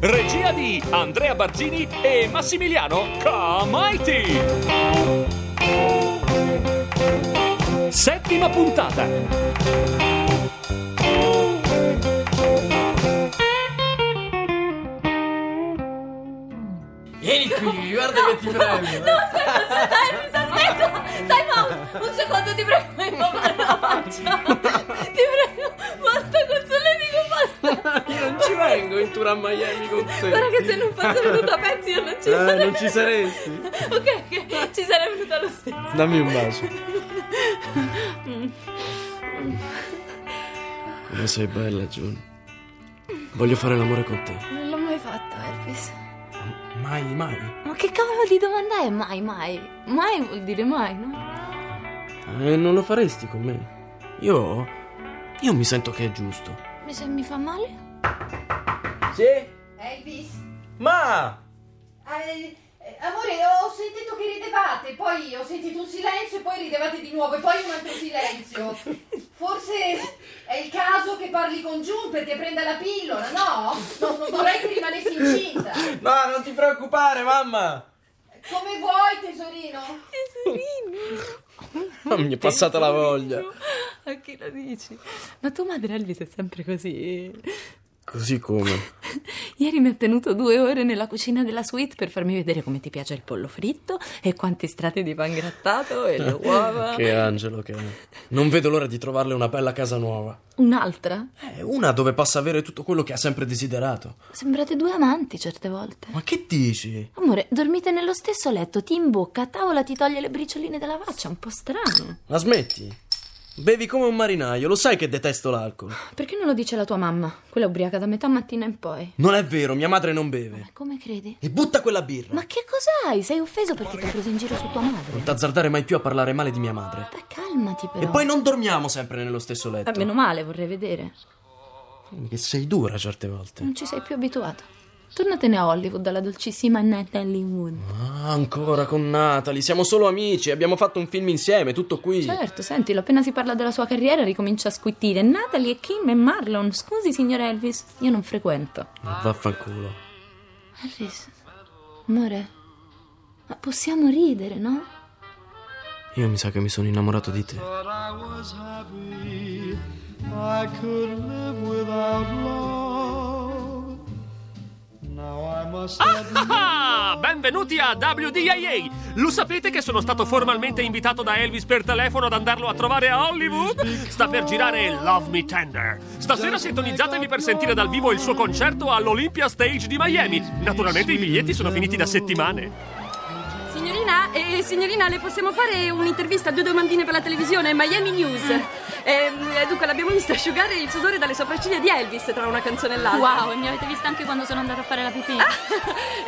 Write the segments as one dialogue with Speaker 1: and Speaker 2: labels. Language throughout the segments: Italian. Speaker 1: Regia di Andrea Barzini e Massimiliano Comaiti. Settima puntata.
Speaker 2: Vieni qui, guarda che ti prendo.
Speaker 3: No, aspetta, aspetta, Elvis, aspetta. Time out. Un secondo, ti prego, mi fa male la faccia. Ti prego, basta col solletico, basta.
Speaker 2: Io non ci vengo in tour a Miami con te.
Speaker 3: Guarda che se non fosse venuto a pezzi io non ci
Speaker 2: Eh,
Speaker 3: sarei.
Speaker 2: non ci saresti.
Speaker 3: Ok, ok, ci sarei venuta lo stesso.
Speaker 2: Dammi un bacio. Come sei bella, June. Voglio fare l'amore con te.
Speaker 3: Non l'ho mai fatto, Elvis.
Speaker 2: Mai, mai.
Speaker 3: Ma che cavolo di domanda è mai, mai? Mai vuol dire mai, no?
Speaker 2: Eh, non lo faresti con me. Io. Io mi sento che è giusto.
Speaker 3: E se mi fa male?
Speaker 4: Sì?
Speaker 5: Elvis?
Speaker 4: Ma!
Speaker 5: Eh, eh, amore, ho sentito che ridevate, poi ho sentito un silenzio e poi ridevate di nuovo e poi un altro silenzio. Forse è il caso che parli con June perché prenda la pillola, no? Non, non vorrei che rimanessi incinta.
Speaker 4: No, non ti preoccupare, mamma!
Speaker 5: Come vuoi, tesorino?
Speaker 2: Ma mi è passata la voglia.
Speaker 3: A chi lo dici? Ma tua madre Elvis è sempre così.
Speaker 2: Così come?
Speaker 3: Ieri mi ha tenuto due ore nella cucina della suite per farmi vedere come ti piace il pollo fritto e quanti strati di pan grattato e le uova.
Speaker 2: Che angelo che è. Non vedo l'ora di trovarle una bella casa nuova.
Speaker 3: Un'altra?
Speaker 2: Eh, una dove possa avere tutto quello che ha sempre desiderato.
Speaker 3: Sembrate due amanti certe volte.
Speaker 2: Ma che dici?
Speaker 3: Amore, dormite nello stesso letto, ti imbocca, a tavola ti toglie le bricioline dalla faccia, un po' strano.
Speaker 2: La smetti? Bevi come un marinaio, lo sai che detesto l'alcol.
Speaker 3: Perché non lo dice la tua mamma? Quella ubriaca da metà mattina in poi. Eh,
Speaker 2: Non è vero, mia madre non beve.
Speaker 3: Come credi?
Speaker 2: E butta quella birra.
Speaker 3: Ma che cos'hai? Sei offeso perché ti ha preso in giro su tua madre?
Speaker 2: Non t'azzardare mai più a parlare male di mia madre.
Speaker 3: Beh, calmati però.
Speaker 2: Eh. E poi non dormiamo sempre nello stesso letto.
Speaker 3: Eh, meno male, vorrei vedere.
Speaker 2: Che sei dura certe volte.
Speaker 3: Non ci sei più abituato. Tornatene a Hollywood dalla dolcissima Natalie Wood.
Speaker 2: Ah, ancora con Natalie, siamo solo amici, abbiamo fatto un film insieme, tutto qui.
Speaker 3: Certo, sentilo, appena si parla della sua carriera ricomincia a squittire. Natalie e Kim e Marlon. Scusi, signor Elvis, io non frequento.
Speaker 2: Ma Ah, Vaffanculo.
Speaker 3: Elvis, amore, ma possiamo ridere, no?
Speaker 2: Io mi sa che mi sono innamorato di te.
Speaker 6: I was happy. I could live without love. Now I must.
Speaker 1: Ah, benvenuti a WDIA! Lo sapete che sono stato formalmente invitato da Elvis per telefono ad andarlo a trovare a Hollywood? Sta per girare Love Me Tender. Stasera sintonizzatevi per sentire dal vivo il suo concerto all'Olympia Stage di Miami. Naturalmente i biglietti sono finiti da settimane.
Speaker 7: Signorina, eh, signorina, le possiamo fare un'intervista, due domandine per la televisione, Miami News.
Speaker 8: Mm.
Speaker 7: Ehm, eh, dunque, l'abbiamo vista asciugare il sudore dalle sopracciglia di Elvis tra una canzone e l'altra.
Speaker 8: Wow, e mi avete vista anche quando sono andata a fare la pipì.
Speaker 3: Ah!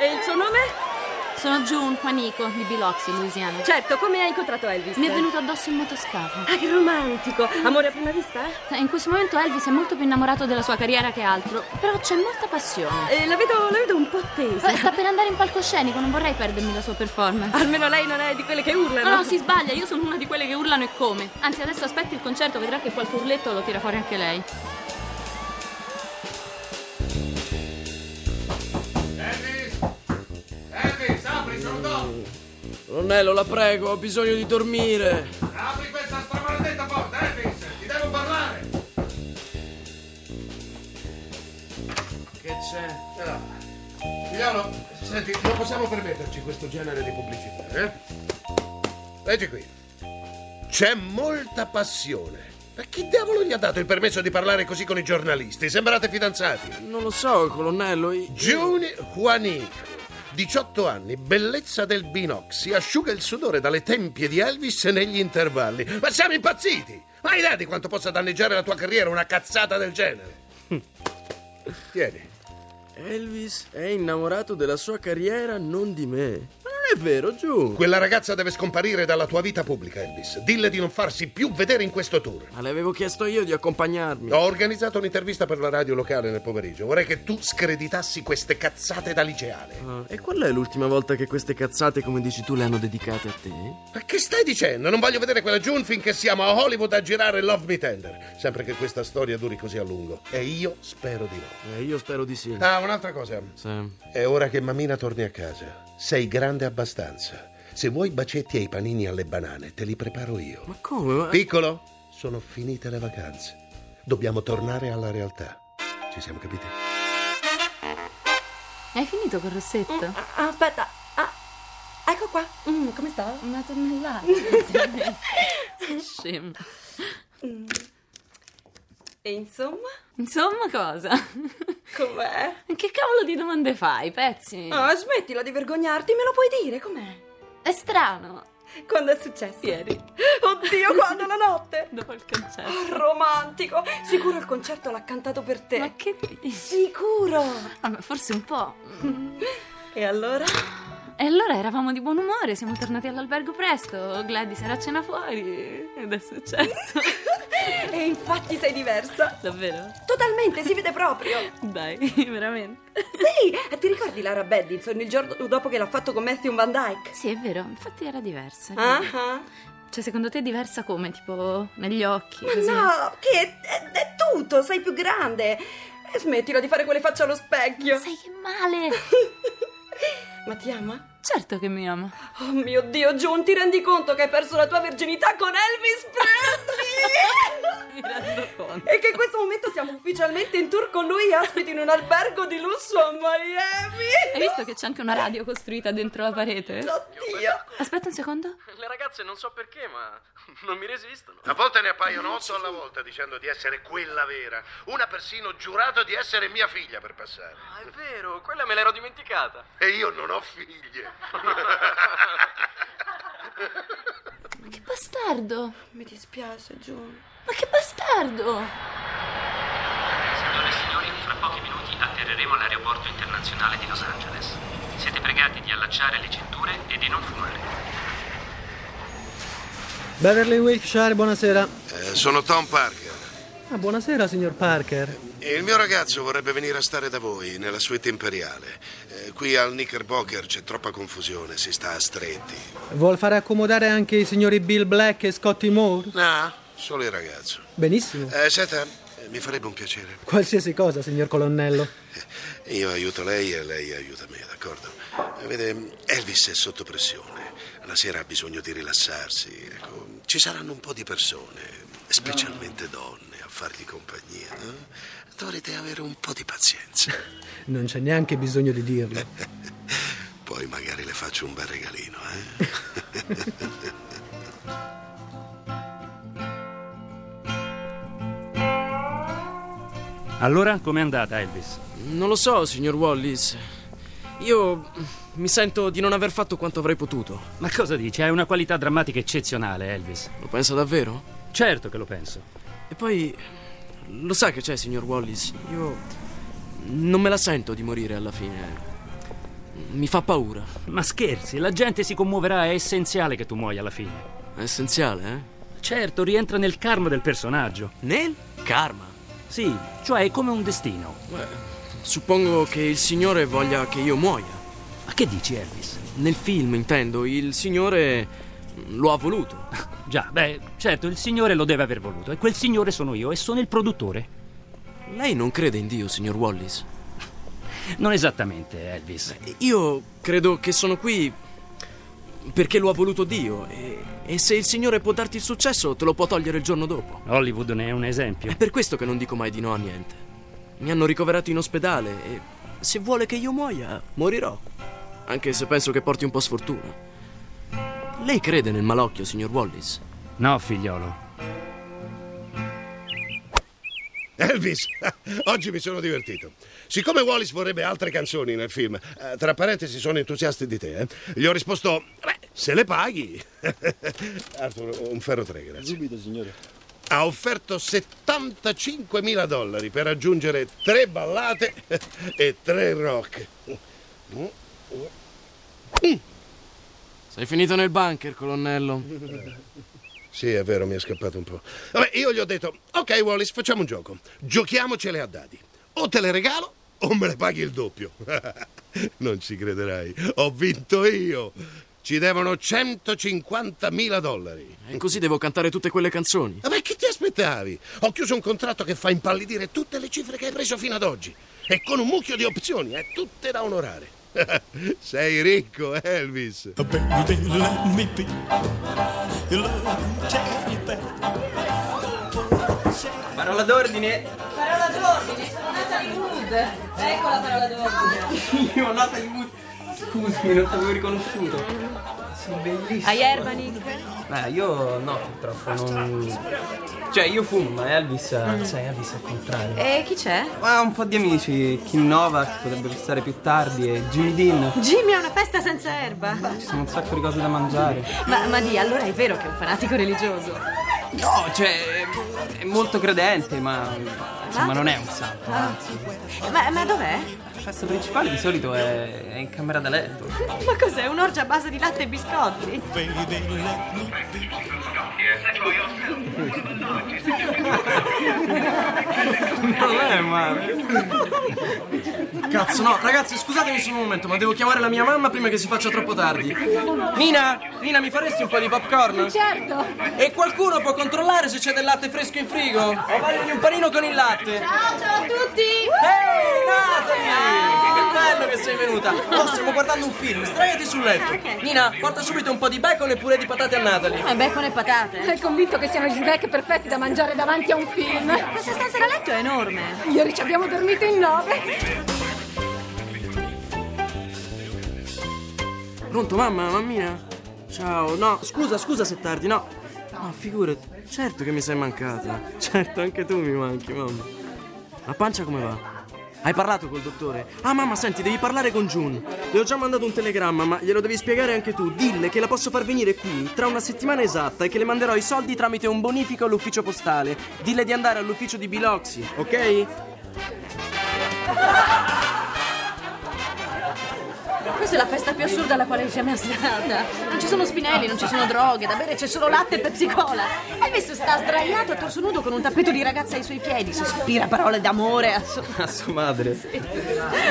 Speaker 7: E il suo nome?
Speaker 8: Sono June Panico di Biloxi, Louisiana.
Speaker 7: Certo, come ha incontrato Elvis?
Speaker 8: Mi è venuto addosso in motoscafo.
Speaker 7: Ah, che romantico! Amore a prima vista?
Speaker 8: Eh, In questo momento Elvis è molto più innamorato della sua carriera che altro, però c'è molta passione.
Speaker 7: Eh, la, vedo, la vedo un po' tesa.
Speaker 8: Eh, Sta per andare in palcoscenico, non vorrei perdermi la sua performance.
Speaker 7: Almeno lei non è di quelle che urlano.
Speaker 8: No, no, si sbaglia, io sono una di quelle che urlano e come. Anzi, adesso aspetti il concerto, vedrà che qualche urletto lo tira fuori anche lei.
Speaker 9: Elvis, apri, sono Don!
Speaker 2: Ronello, la prego, ho bisogno di dormire.
Speaker 9: Apri questa stramaldetta porta, Elvis! Ti devo parlare!
Speaker 2: Che c'è?
Speaker 9: Allora, Figliolo, Eh, senti, non possiamo permetterci questo genere di pubblicità, eh? Leggi qui. C'è molta passione. Ma chi diavolo gli ha dato il permesso di parlare così con i giornalisti? Sembrate fidanzati.
Speaker 2: Non lo so, colonnello. i-
Speaker 9: June Juanico, 18 anni, bellezza del Binoxi, asciuga il sudore dalle tempie di Elvis negli intervalli. Ma siamo impazziti! Ma hai idea di quanto possa danneggiare la tua carriera una cazzata del genere? Tieni.
Speaker 2: Elvis è innamorato della sua carriera, non di me.
Speaker 9: Ma non
Speaker 10: È vero, giù.
Speaker 9: Quella ragazza deve scomparire dalla tua vita pubblica, Elvis. Dille di non farsi più vedere in questo tour.
Speaker 2: Ma le avevo chiesto io di accompagnarmi.
Speaker 9: Ho organizzato un'intervista per la radio locale nel pomeriggio. Vorrei che tu screditassi queste cazzate da liceale.
Speaker 2: Ah, e quella è l'ultima volta che queste cazzate, come dici tu, le hanno dedicate a te?
Speaker 9: Ma che stai dicendo? Non voglio vedere quella June finché siamo a Hollywood a girare Love Me Tender. Sempre che questa storia duri così a lungo. E io spero di no.
Speaker 2: Eh, io spero di sì.
Speaker 9: Ah, un'altra cosa.
Speaker 2: Sì.
Speaker 9: È ora che mammina torni a casa. Sei grande abbastanza. Se vuoi bacetti ai panini e alle banane, te li preparo io.
Speaker 2: Ma come? Ma-
Speaker 9: Piccolo, sono finite le vacanze. Dobbiamo tornare alla realtà. Ci siamo capiti?
Speaker 3: Hai finito col rossetto?
Speaker 7: Ah, aspetta. Ah, ecco qua. Mm, come sta?
Speaker 3: Una tonnellata. sinceramente. Sei Scema.
Speaker 7: E insomma,
Speaker 3: Insomma, cosa?
Speaker 7: com'è?
Speaker 3: Che cavolo di domande fai, pezzi?
Speaker 7: Ah, smettila di vergognarti, me lo puoi dire, com'è?
Speaker 3: È strano.
Speaker 7: Quando è successo?
Speaker 3: Ieri,
Speaker 7: Oddio, quando la notte?
Speaker 3: dopo il concerto.
Speaker 7: Oh, romantico! Sicuro il concerto l'ha cantato per te.
Speaker 3: Ma che dici?
Speaker 7: Sicuro!
Speaker 3: Vabbè, forse un po'.
Speaker 7: E allora?
Speaker 3: E allora eravamo di buon umore, siamo tornati all'albergo presto. Gladys era a cena fuori. Ed è successo.
Speaker 7: E infatti sei diversa.
Speaker 3: Davvero?
Speaker 7: Totalmente, si vede proprio.
Speaker 3: Dai, veramente.
Speaker 7: Sì, ti ricordi Lara Bedinson il giorno dopo che l'ha fatto con Matthew Van Dyke?
Speaker 3: Sì, è vero, infatti era diversa.
Speaker 7: Ah, ah.
Speaker 3: Cioè, secondo te è diversa come? Tipo, negli occhi?
Speaker 7: Ma
Speaker 3: così?
Speaker 7: no, che è, è- è tutto, sei più grande. E smettila di fare quelle facce allo specchio.
Speaker 3: Sai che male!
Speaker 7: Ma ti ama?
Speaker 3: Certo che mi ama.
Speaker 7: Oh mio Dio, John, ti rendi conto che hai perso la tua virginità con Elvis Presley?
Speaker 3: Mi rendo conto.
Speaker 7: e che in questo momento siamo ufficialmente in tour con lui, ospiti in un albergo di lusso a
Speaker 3: Hai
Speaker 7: Miami.
Speaker 3: visto che c'è anche una radio costruita dentro la parete?
Speaker 7: Oddio.
Speaker 3: Aspetta un secondo.
Speaker 2: Le ragazze non so perché, ma non mi resistono.
Speaker 9: A volte ne appaiono otto alla volta dicendo di essere quella vera. Una persino giurato di essere mia figlia per passare.
Speaker 2: Ah, è vero, quella me l'ero dimenticata.
Speaker 9: E io non ho figlie.
Speaker 3: Ma che bastardo!
Speaker 7: Mi dispiace, John.
Speaker 3: Ma che bastardo!
Speaker 1: Signore e signori, fra pochi minuti atterreremo all'aeroporto internazionale di Los Angeles. Siete pregati di allacciare le cinture e di non fumare.
Speaker 11: Beverly Wiltshire, buonasera.
Speaker 9: Eh, sono Tom Parker.
Speaker 11: Ah, buonasera, signor Parker.
Speaker 9: E il mio ragazzo vorrebbe venire a stare da voi, nella suite imperiale. Eh, qui al Knickerbocker c'è troppa confusione, si sta a stretti.
Speaker 11: Vuol fare accomodare anche i signori Bill Black e Scotty Moore?
Speaker 9: No, solo il ragazzo.
Speaker 11: Benissimo.
Speaker 9: Eh, senta, eh, mi farebbe un piacere.
Speaker 11: Qualsiasi cosa, signor colonnello.
Speaker 9: Io aiuto lei e lei aiuta me, d'accordo? Vede, Elvis è sotto pressione. La sera ha bisogno di rilassarsi. Ecco, ci saranno un po' di persone, specialmente donne, a fargli compagnia. no? Dovrete avere un po' di pazienza.
Speaker 11: Non c'è neanche bisogno di dirlo.
Speaker 9: Poi magari le faccio un bel regalino, eh?
Speaker 1: Allora, com'è andata, Elvis?
Speaker 2: Non lo so, signor Wallis. Io mm, mi sento di non aver fatto quanto avrei potuto.
Speaker 1: Ma cosa dici? Hai una qualità drammatica eccezionale, Elvis.
Speaker 2: Lo pensa davvero?
Speaker 1: Certo che lo penso.
Speaker 2: E poi lo sa che c'è, signor Wallis. Io non me la sento di morire alla fine. Mi fa paura.
Speaker 1: Ma scherzi, la gente si commuoverà, è essenziale che tu muoia alla fine.
Speaker 2: È essenziale, eh?
Speaker 1: Certo, rientra nel karma del personaggio.
Speaker 2: Nel karma.
Speaker 1: Sì, cioè è come un destino.
Speaker 2: Beh, suppongo che il signore voglia che io muoia.
Speaker 1: Ma che dici, Elvis?
Speaker 2: Nel film, intendo, il signore mm, lo ha voluto.
Speaker 1: Già, beh, certo, il signore lo deve aver voluto. E quel signore sono io e sono il produttore.
Speaker 2: Lei non crede in Dio, signor Wallis?
Speaker 1: Non esattamente, Elvis.
Speaker 2: Io credo che sono qui perché lo ha voluto Dio e, e se il Signore può darti il successo te lo può togliere il giorno dopo.
Speaker 1: Hollywood ne è un
Speaker 2: È
Speaker 1: esempio.
Speaker 2: per questo che non dico mai di no a niente. Mi hanno ricoverato in ospedale e se vuole che io muoia, morirò. Anche se penso che porti un po' sfortuna. Lei crede nel malocchio, signor Wallis?
Speaker 1: No, figliolo.
Speaker 9: Elvis, oggi mi sono divertito. Siccome Wallis vorrebbe altre canzoni nel film, eh, tra parentesi sono entusiasti di te, eh, gli ho risposto, beh, se le paghi. Arthur, un ferro 3, grazie. Subito, signore. Ha offerto 75.000 dollari per aggiungere tre ballate e tre rock. Mm, mm. Mm.
Speaker 12: Sei finito nel bunker, colonnello.
Speaker 9: Sì, è vero, mi è scappato un po'. Vabbè, io gli ho detto, ok Wallis, facciamo un gioco. Giochiamocele a dadi. O te le regalo o me le paghi il doppio. non ci crederai, ho vinto io. Ci devono 150.000 dollari.
Speaker 12: E così devo cantare tutte quelle canzoni.
Speaker 9: Ma che ti aspettavi? Ho chiuso un contratto che fa impallidire tutte le cifre che hai preso fino ad oggi. E con un mucchio di opzioni, eh, tutte da onorare. Sei ricco, Elvis.
Speaker 13: Baby, let me be your loving teddy bear.
Speaker 2: Parola d'ordine.
Speaker 14: Parola d'ordine, sono Natalie Wood. Ecco la parola d'ordine.
Speaker 2: Io nota di Wood. Scusami, non t'avevo riconosciuto. Sei bellissimo.
Speaker 7: Hai Erbani?
Speaker 2: Beh, io no, purtroppo non. Cioè, io fumo, ma Elvis. Sai, Elvis è il contrario.
Speaker 7: E chi c'è?
Speaker 2: Ma un po' di amici, Kim Nova, che potrebbero stare più tardi, e Jimmy Dean. Ci
Speaker 7: Jimmy è una festa senza erba.
Speaker 2: sono un sacco di cose da mangiare.
Speaker 7: Ma, ma di, allora è vero che è un fanatico religioso.
Speaker 2: No, cioè, è molto credente, ma insomma non è un santo.
Speaker 7: Ah. Ma, ma dov'è?
Speaker 2: La festa principale di solito è, è in camera da letto.
Speaker 7: Ma cos'è? Un'orgia a base di latte e biscotti?
Speaker 2: problema. Cazzo, no, ragazzi, scusatemi solo un momento, ma devo chiamare la mia mamma prima che si faccia troppo tardi.
Speaker 15: Ah,
Speaker 2: Nina, Nina, mi faresti un po' di popcorn?
Speaker 15: Certo.
Speaker 2: E qualcuno può controllare se c'è del latte fresco in frigo? Ho voglia di un panino con il latte.
Speaker 15: Ciao, ciao a tutti.
Speaker 2: Ehi, Natalie! Che bello che sei venuta! Oh, stiamo guardando un film, sdraiati sul
Speaker 15: Ah,
Speaker 2: letto.
Speaker 7: Ok.
Speaker 2: Nina, porta subito un po' di bacon e pure di patate a Natalie.
Speaker 7: Eh, bacon e patate.
Speaker 3: È convinto che siano gli snack perfetti da mangiare davanti a un film.
Speaker 7: Eh, Questa stanza da letto è enorme.
Speaker 3: Ieri ci abbiamo dormito in nove.
Speaker 12: Pronto, mamma, mammina? Ciao, no, scusa, scusa se tardi, no. No, figurati, certo che mi sei mancata. Certo, anche tu mi manchi, mamma. La pancia come va? Hai parlato col dottore? Ah, mamma, senti, devi parlare con June. Le ho già mandato un telegramma, ma glielo devi spiegare anche tu. Dille che la posso far venire qui tra una settimana esatta e che le manderò i soldi tramite un bonifico all'ufficio postale. Dille di andare all'ufficio di Biloxi, ok?
Speaker 7: Questa è la festa più assurda alla quale sia mai stata. Non ci sono spinelli, non ci sono droghe, da bere c'è solo latte e Pepsi Cola. Elvis sta sdraiato a torso nudo con un tappeto di ragazza ai suoi piedi, sospira parole d'amore a sua...
Speaker 2: A sua madre.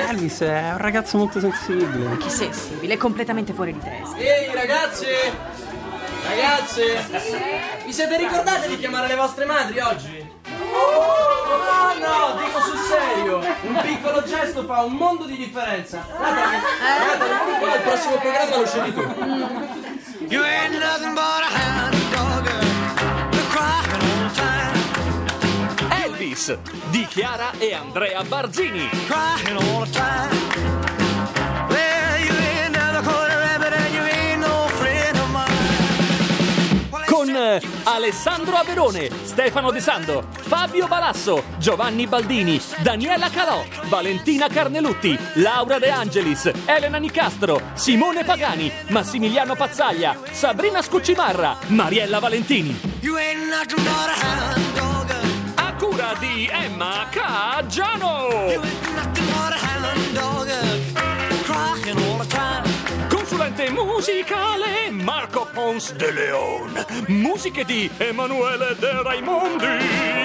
Speaker 2: Elvis è un ragazzo molto sensibile.
Speaker 7: Che sensibile, completamente fuori di testa.
Speaker 2: Ehi ragazzi! Ragazze! Vi siete ricordate di chiamare le vostre madri oggi? Oh no, dico sul serio! Un piccolo gesto fa un mondo di differenza! Guarda, guarda, guarda, il prossimo programma lo scegli tu!
Speaker 13: You ain't nothing but a hound dog. You're crying all the time.
Speaker 1: Elvis di Chiara e Andrea Barzini.
Speaker 13: Crying all the time. Well, you ain't never caught a rabbit and you ain't no friend of mine.
Speaker 1: Con eh, Alessandro Averone, Stefano De Sando, Fabio Balasso, Giovanni Baldini, Daniela Calò, Valentina Carnelutti, Laura De Angelis, Elena Nicastro, Simone Pagani, Massimiliano Pazzaglia, Sabrina Scuccimarra, Mariella Valentini.
Speaker 13: You ain't nothing but a hound dog.
Speaker 1: A cura di Emma Caggiano.
Speaker 13: Nothing but a hound dog. Crying all the time.
Speaker 1: Consulente musicale Marco Pons de Leon. Musiche di Emanuele De Raimondi.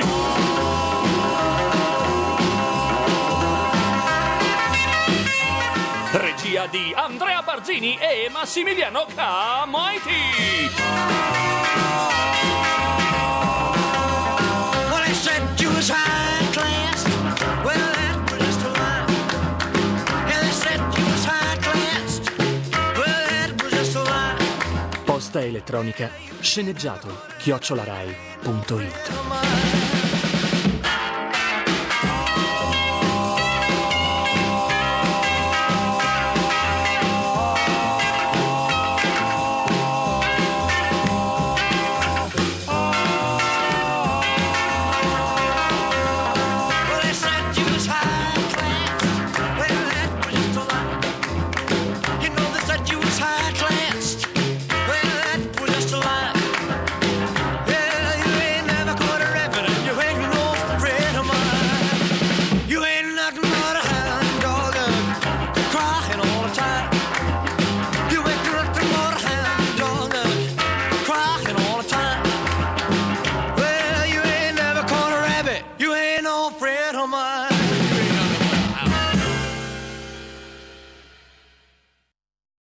Speaker 1: Regia di Andrea Barzini e Massimiliano Camoiti.
Speaker 13: Well, they said you was high class. Well, that was the line. Yeah, they said you was high class. Well, that was just a lie.
Speaker 1: Posta elettronica sceneggiato chiocciolarai.it
Speaker 13: Come on.